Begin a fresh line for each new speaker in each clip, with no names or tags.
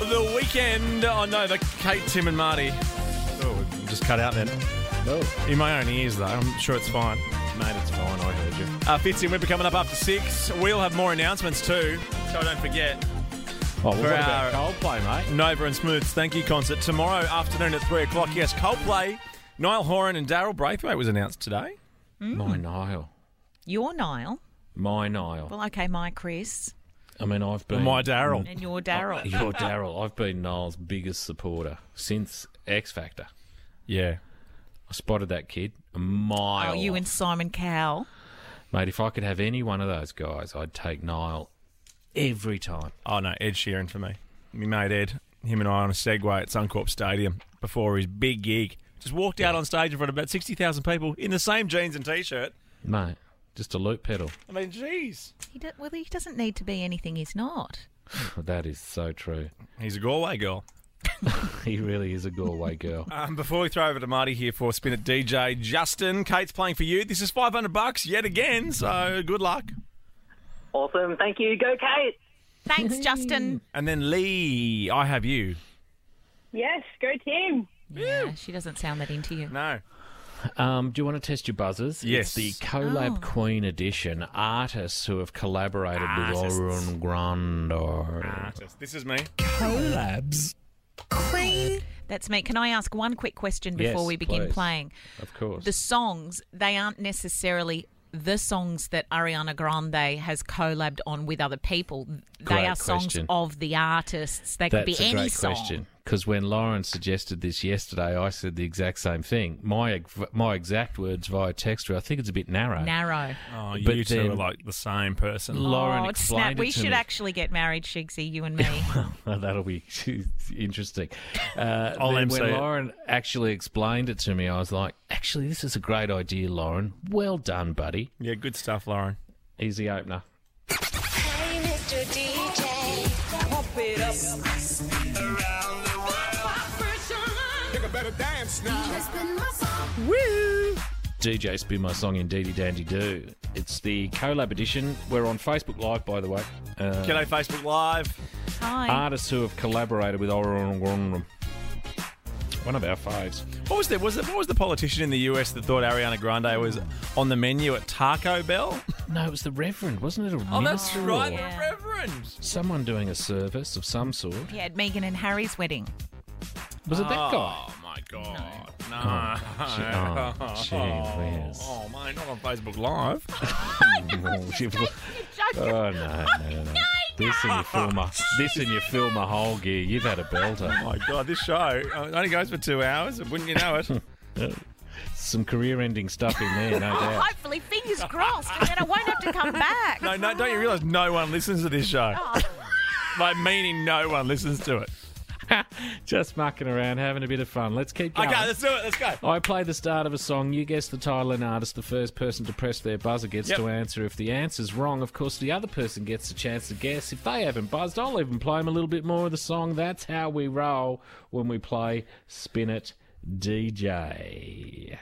the weekend. Oh no, the Kate, Tim, and Marty. Oh, just cut out then.
No.
In my own ears, though. I'm sure it's fine.
Mate, it's fine. I heard you.
Uh, Fitzy and Whipper coming up after six. We'll have more announcements too, so don't forget.
Oh, well,
For
what about
our-
Coldplay, mate?
Nova and Smooth's Thank You concert tomorrow afternoon at three o'clock. Yes, Coldplay, Niall Horan, and Daryl Braithwaite was announced today.
My Nile.
Your Niall.
My Nile.
Well, okay, my Chris
I mean, I've been.
My Daryl.
and
Oh,
your Daryl.
You're Daryl. I've been Niall's biggest supporter since X Factor.
Yeah.
I spotted that kid a mile.
Oh, you
off.
and Simon Cowell.
Mate, if I could have any one of those guys, I'd take Niall every time.
Oh no, Ed Sheeran for me. Me mate Ed, him and I on a Segway at Suncorp Stadium before his big gig. Just walked out on stage in front of about sixty thousand people in the same jeans and t-shirt.
Mate, just a loop pedal.
I mean, jeez.
He do- well, he doesn't need to be anything he's not.
That is so true.
He's a Galway girl.
He really is a Galway girl.
Um, before we throw over to Marty here for spin at DJ Justin, Kate's playing for you. This is five hundred bucks yet again. So good luck.
Awesome. Thank you. Go, Kate.
Thanks, Justin.
And then Lee, I have you.
Yes, go team.
Yeah, she doesn't sound that into you.
No.
Um, do you want to test your buzzers?
Yes.
It's the Collab
Oh.
Queen Edition. Artists who have collaborated
Artists.
with Orun Grande.
Ah,
Ah.
This is me.
Collabs.
That's me. Can I ask one quick question before
Yes,
we begin
please.
playing?
Of course.
The songs, they aren't necessarily the songs that Ariana Grande has collabed on with other people.
Great
they are songs
question.
of the artists. They could
That's
be
a
any
great
song.
question. Because when Lauren suggested this yesterday, I said the exact same thing. My my exact words via text were, I think it's a bit narrow.
Narrow.
Oh, you
But
two
then-
are like the same person.
Lauren
oh,
explained
snap.
it
We
to
should
me.
actually get married, Shigsy, you and me.
Well, that'll be interesting. Uh,
I'll
then
MC
when
it.
Lauren actually explained it to me, I was like, actually, this is a great idea, Lauren. Well done, buddy.
Yeah, good stuff, Lauren.
Easy opener.
Hey, Mr. DJ. Pump it up.
DJ Spin My Song in Deedy Dandy Do. It's the collab edition. We're on Facebook Live, by the way. Uh,
G'day, Facebook Live.
Hi.
artists who have collaborated with Oral One of our faves.
What was there? Was it? What was the politician in the US that thought Ariana Grande was on the menu at Taco Bell?
No, it was the Reverend, wasn't it? A
Oh,
minister or
Yeah.
Reverend.
Someone doing a service of some sort.
Yeah, at Megan and Harry's wedding.
Was it that guy?
Oh my god! No.
Oh, gee- oh, gee whiz.
Oh, mate, not on Facebook Live.
Oh, she- Oh, no, no, no, no. This and your filmer. This and your filmer whole gear. You've had a belter.
Oh, my god, this show uh, it only goes for two hours. Wouldn't you know it?
Some career ending stuff in there, no
Oh,
doubt.
hopefully, fingers crossed, and then I won't have to come back.
no, no, don't you realise no one listens to this show?
Oh.
like meaning no one listens to it.
Just mucking around, having a bit of fun. Let's keep going.
Okay, let's do it. Let's go.
I play the start of a song, you guess the title and artist, the first person to press their buzzer gets
Yep.
to answer. If the answer's wrong, of course, the other person gets a chance to guess. If they haven't buzzed, I'll even play them a little bit more of the song. That's how we roll when we play Spin It DJ.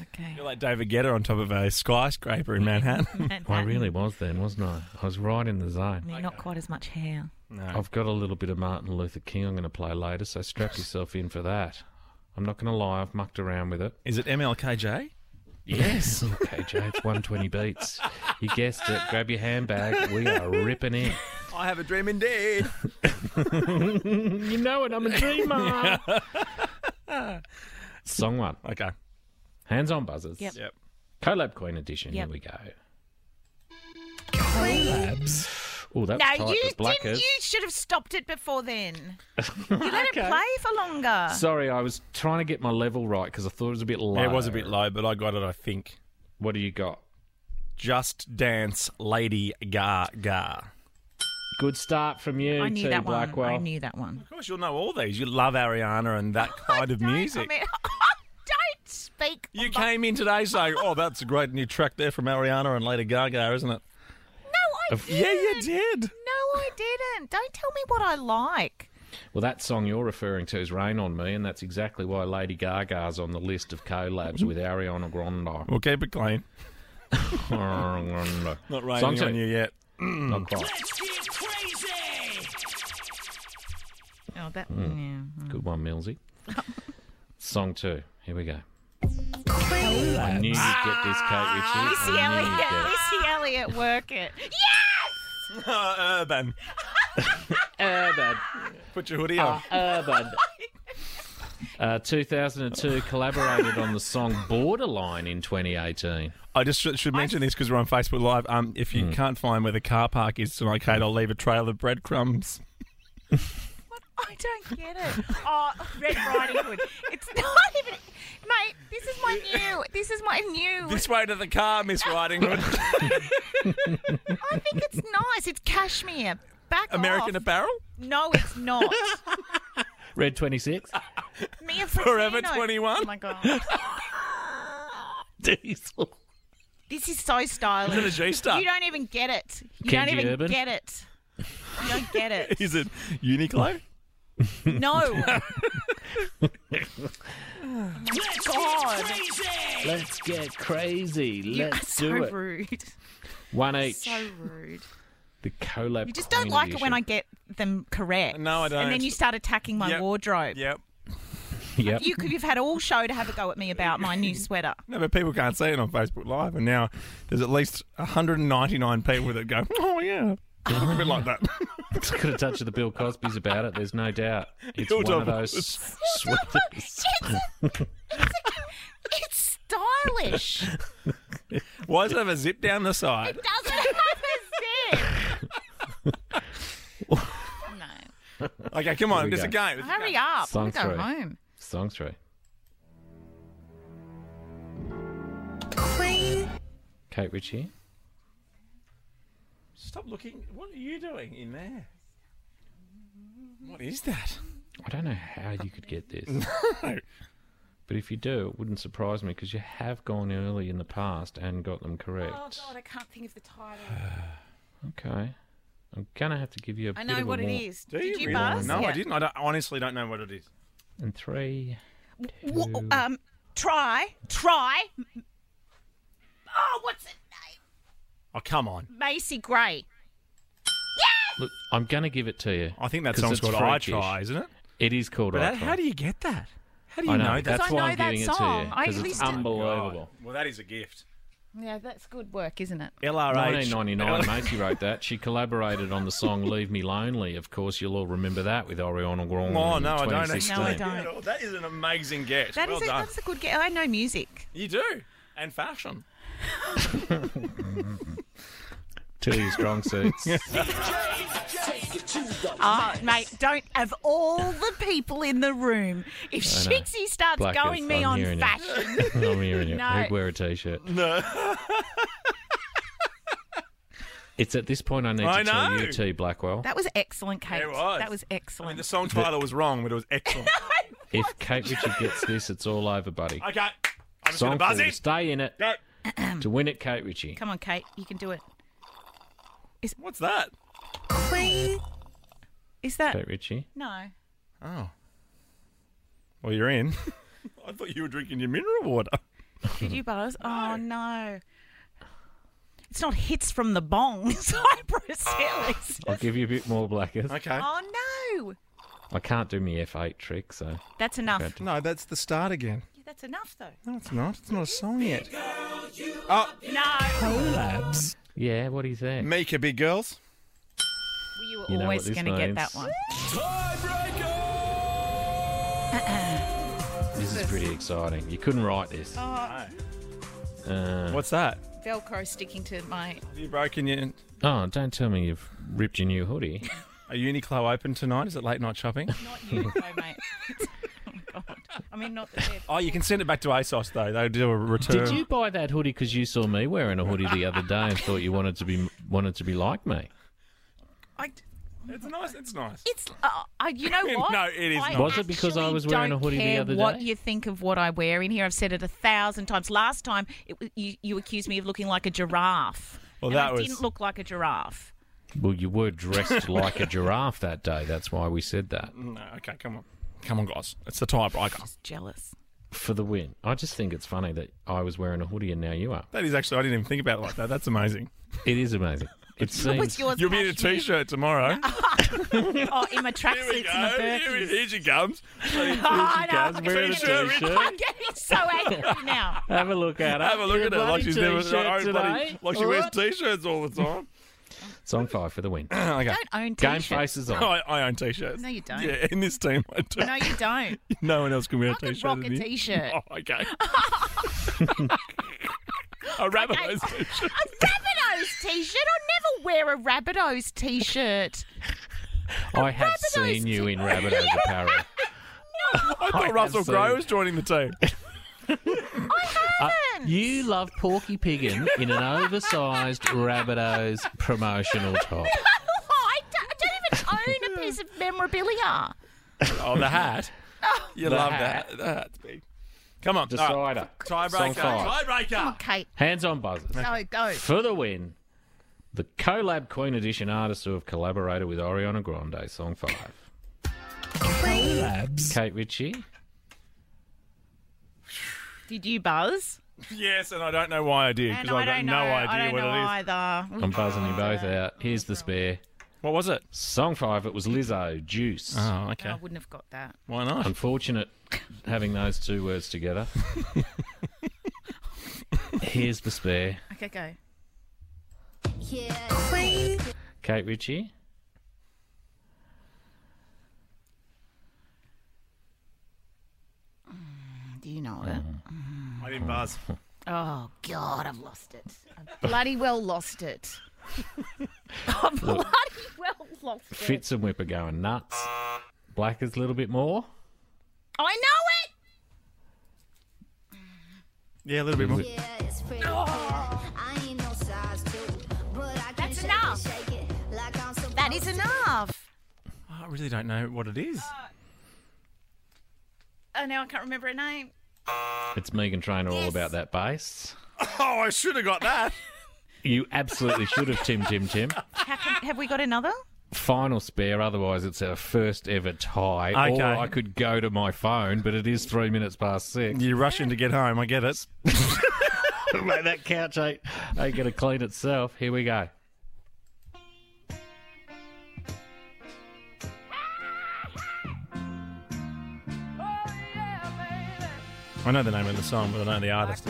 Okay.
You're like David Guetta on top of a skyscraper in Manhattan.
I really was then, wasn't I? I was right in the zone.
Not quite as much hair.
I've got a little bit of Martin Luther King I'm going to play later, so strap yourself in for that. I'm not going to lie, I've mucked around with it.
Is it MLKJ?
Yes. okay, Jay, it's 120 beats. You guessed it. Grab your handbag. We are ripping in.
I have a dream indeed.
You know it. I'm a dreamer. Song one.
okay.
Hands on buzzers.
Yep.
Yep.
Collab Queen edition.
Yep.
Here we go. Collabs. Oh, that was
No,
tight.
you
with
didn't.
blackers.
You should have stopped it before then. You let it play for longer.
Sorry, I was trying to get my level right because I thought it was a bit low.
It was a bit low, but I got it. I think.
What do you got?
Just Dance Lady Gaga.
Good start from you,
I knew
E T.
that one.
Blackwell.
I knew that one.
Of course, you'll know all these. You love Ariana and that kind of
Don't-
music.
I mean, oh, don't speak.
you came in today saying, "Oh, that's a great new track there from Ariana and Lady Gaga, isn't it?"
No, I
Of-
didn't.
Yeah, you did.
No, I didn't. Don't tell me what I like.
Well, that song you're referring to is Rain on Me, and that's exactly why Lady Gaga's on the list of collabs with Ariana Grande.
We'll keep it clean.
Not
Not raining on you yet.
Not quite.
Let's hear
Oh, that. Yeah.
Good one, Millsy. Song two. Here we go. I knew you'd get this, Kate Ritchie.
Missy
I knew you'd
Elliott.
get it.
Missy Elliott, work it.
Urban.
Urban.
Put your hoodie
Oh,
on.
Urban. Uh, 2002 collaborated on the song Borderline in 2018.
I just should, should mention this because we're on Facebook Live. Um, if you can't find where the car park is tonight, Kate, I'll leave a trail of breadcrumbs.
I don't get it. Oh, Red Riding Hood. It's not even. Mate, this is my new. This is my new.
This way to the car, Miss Riding Hood.
I think it's nice. It's cashmere. Back
American
off.
Apparel.
No, it's not.
Red 26.
Mia
Forever
Fratino.
21.
Oh my god,
Diesel.
this is so stylish.
Is it a G star?
You don't even get it. You
Kenji
don't even
Urban?
get it. You don't get it.
Is it Uniqlo?
No. Oh God,
Let's get crazy.
you are
Let's
so
do it.
rude.
One each.
So rude.
the collab.
You just don't like it when I get them correct.
No, I
And
don't.
then you start attacking my
Yep.
wardrobe.
Yep.
Yep.
You could, you've had all show to have a go at me about my new sweater.
No, but people can't see it on Facebook Live, and now there's at least 199 people that go, "Oh yeah." A bit like that.
It's got a touch of the Bill Cosby's about it. There's no doubt. It's
Bill
one of
Double.
those sweaters.
It's stylish.
Why does it have a zip down the side?
Doesn't have a zip. no.
Okay, come on,
we
there's a
go.
game.
Hurry up.
Song
I'm going
three.
home.
Song three. Kate Ritchie.
Stop looking. What are you doing in there? What is that?
I don't know how you could get this,
No.
but if you do, it wouldn't surprise me because you have gone early in the past and got them correct.
Oh, God, I can't think of the title.
Okay. I'm going to have to give you a
I
bit
know
of
what
a
it
warning.
is.
Do
Did
you
you,
really?
buzz?
No,
Yeah.
I didn't. I, don't, I honestly don't know what it is.
And three.
W- um, try, try. Oh, what's it?
Oh, come on.
Macy Gray.
Look, I'm going to give it to you.
I think that
'cause
song's
it's
called I
freakish.
Try, isn't it?
It is called
But
I
that-
Try.
how do you get that? How do you
I know,
know, that?
that's
I
why
know
I'm
that
giving it to
song.
you.
I
'cause it's
used to-
unbelievable.
Well, that is a gift.
Yeah, that's good work, isn't it?
LRH.
1999, Macy wrote that. She collaborated on the song "Leave Me Lonely." Of course, you'll all remember that with Ariana Grande.
Oh,
in
no, I don't. actually.
2016.
No, I don't.
At all. That is an amazing guess.
That is
well
a,
done.
that's a good get. I know music.
You do. And fashion.
Two of your strong suits.
Oh, mate, don't. Of all the people in the room, if
know.
Shixie starts
Black
going
Earth,
me
I'm
on
hearing you.
fashion,
I'm hearing it.
No.
Who'd wear a t-shirt? No. it's at this point I need
I
to tell
know.
you, T. Blackwell.
that was excellent, Kate.
It was.
That was
I mean,
excellent.
the song title was wrong, but it was excellent.
If Kate Richard gets this, it's all over, buddy.
okay. I'm just going to
Song
buzz
four,
it.
Stay in it
Go.
to win it, Kate Ritchie.
Come on, Kate, you can do it.
What's that?
Is that
Kate Ritchie.
no?
Oh. Well, you're in. I thought you were drinking your mineral water.
Did you buzz? Oh no. It's not hits from the bong, Cypress Hill. It's-
I'll give you a bit more blackers.
Okay.
Oh no.
I can't do my F8 trick, so
That's enough.
No, that's the start again.
Yeah, That's enough though.
No, it's not. It's not a song yet.
No.
Collabs.
yeah. What do you think?
Mika, big girls.
You were
You know
always
what this
going to get
means.
that one.
This is pretty exciting. You couldn't write this. Uh,
What's that?
Velcro sticking to my.
Have you broken your
Oh, don't tell me you've ripped your new hoodie.
a Uniqlo open tonight? Is it late night shopping?
Not Uniqlo, mate. oh, God. I mean, not the
oh, you can send it back to ASOS though. They'll do a return.
Did you buy that hoodie because you saw me wearing a hoodie the other day and thought you wanted to be wanted to be like me?
I,
It's nice. It's nice.
it's. Uh, I, you know what?
No, it is
I
not.
Was it because I
actually
was wearing a
don't
hoodie the
care
other
What
day?
you think of what I wear in here? I've said it a thousand times. Last time, it, w- you, you accused me of looking like a giraffe.
Well,
and
that
I
was-
didn't look like a giraffe.
Well, you were dressed like a giraffe that day. That's why we said that
No. Okay. Come on. Come on, guys. It's the tiebreaker.
Jealous.
for the win. I just think it's funny that I was wearing a hoodie and now you are.
That is actually. I didn't even think about it like that. That's amazing.
It is amazing. It
What was
seems.
yours?
You'll be in a
Pash?
t-shirt tomorrow.
Oh, in my
Here we
tracksuits
go.
and the
Here
Birkins.
it- Here she comes.
Oh, I know.
Guys,
I'm
wearing a
getting-
t-shirt.
I'm getting so angry now.
Have a look at her.
Have a look
In
at her like
bloody
she's never
t-shirt
like, oh, bloody,
today.
like she
All
wears
right.
t-shirts all the time.
Song five for the win.
okay.
Don't own
Game
t-shirts.
faces on.
I, I own t-shirts.
No, you don't.
Yeah, in this team, I do.
No, you don't.
No one else can wear
I
a
could
t-shirt.
rock a
in here.
t-shirt.
Oh, okay. a Rabbitohs t-shirt.
A Rabbitohs t-shirt. I'll never wear a Rabbitohs t-shirt.
I have
Rabbitohs
seen you in Rabbitohs apparel.
I thought Russell
see.
Crowe was joining the team.
You love Porky Piggin in an oversized Rabbitohs promotional top.
I don't, I don't even own a piece of memorabilia.
Oh, the hat. You
The
love
hat.
that. The hat's big. Come on. all right.
Decider. Song
Tiebreaker.
five.
Tiebreaker.
Kate,
Hands on buzzers.
go, go.
For the win, the collab Queen Edition artists who have collaborated with Ariana Grande, song five. Collabs. Kate Ritchie.
Did you buzz?
Yes, and I don't know why I did
And
because I've got
don't know.
no idea
I don't
what
know
it is.
either.
I'm buzzing you both out. Here's the spare.
What was it?
Song five, it was Lizzo, Juice.
Oh,
I
okay.
wouldn't have got that.
Why not?
Unfortunate having those two words together. Here's the spare.
Okay, go.
Kate Ritchie.
Do you know it?
Mm. I didn't buzz.
Oh God, I've lost it. I've bloody well lost it. I've bloody well lost it.
Fitz and Whip are going nuts. Black is a little bit more.
I know
Yeah, a little bit more.
Yeah, it's pretty
Oh.
good. I ain't no size two, but I can
That's
shake
enough.
it, shake it like I'm supposed
it. That is enough.
Oh, I really don't know what it is.
Oh, now I can't remember her name.
It's Megan Trainor all about that bass.
Oh, I should have got that.
You absolutely should have, Tim, Tim, Tim.
How can, have we got another?
Final spare, otherwise it's our first ever tie.
Okay.
Or I could go to my phone, but it is three minutes past six.
You're rushing to get home. I get it.
Mate, that couch ain't, ain't going to clean itself. Here we go.
I know the name of the song, but I don't know the artist.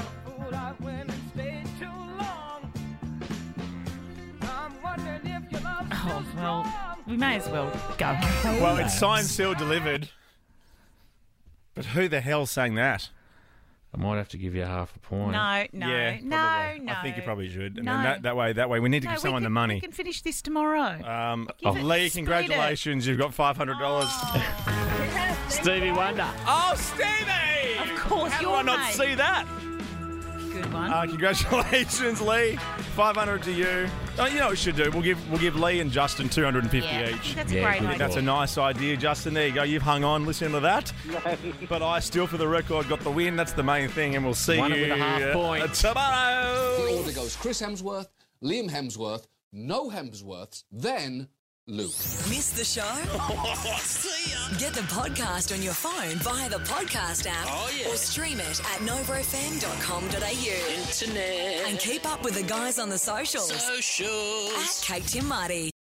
Oh well, we may as well go.
Well, it's signed, sealed, delivered. But who the hell sang that?
I might have to give you half a point.
No, no,
yeah,
no,
probably.
no.
I think you probably should. And
No.
then that, that way, that way, we need to
No,
give
we
someone
can-
the money.
We can finish this tomorrow.
Um,
Give it-
Lee,
speed
congratulations! You've got five hundred dollars.
Stevie Wonder.
Oh, Stevie!
Of course,
How do
your
I not
mate.
see that?
Good one.
Uh, congratulations, Lee. Five hundred to you. Oh, you know what we should do? We'll give we'll give Lee and Justin two hundred and fifty
yeah, I think
each.
that's
Yeah,
a great
good
idea.
That's a nice idea, Justin. There you go. You've hung on. Listen to that. But I still, for the record, got the win. That's the main thing. And we'll see
Won it
you
with a half
uh,
point.
tomorrow.
order goes Chris Hemsworth, Liam Hemsworth, no Hemsworths, then Luke.
Miss the show? Get the podcast on your phone via the podcast app or stream it at novrofm.com.au. Internet. And keep up with the guys on the socials. Socials. At Kate Tim Marty.